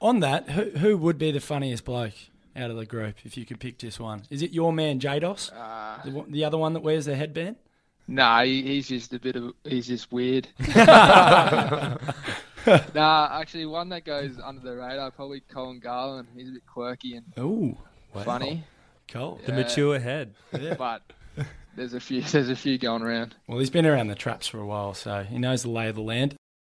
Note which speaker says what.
Speaker 1: On that, who, who would be the funniest bloke out of the group if you could pick just one? Is it your man Jados,
Speaker 2: Uh,
Speaker 1: the, one- the other one that wears the headband?
Speaker 2: nah, he, he's just a bit of he's just weird. nah, actually, one that goes under the radar probably Colin Garland. He's a bit quirky and
Speaker 1: Ooh,
Speaker 3: Wow.
Speaker 2: funny,
Speaker 1: cool.
Speaker 3: The mature head.
Speaker 2: but there's a few there's a few going around.
Speaker 1: Well, he's been around the traps for a while, so he knows the lay of the land.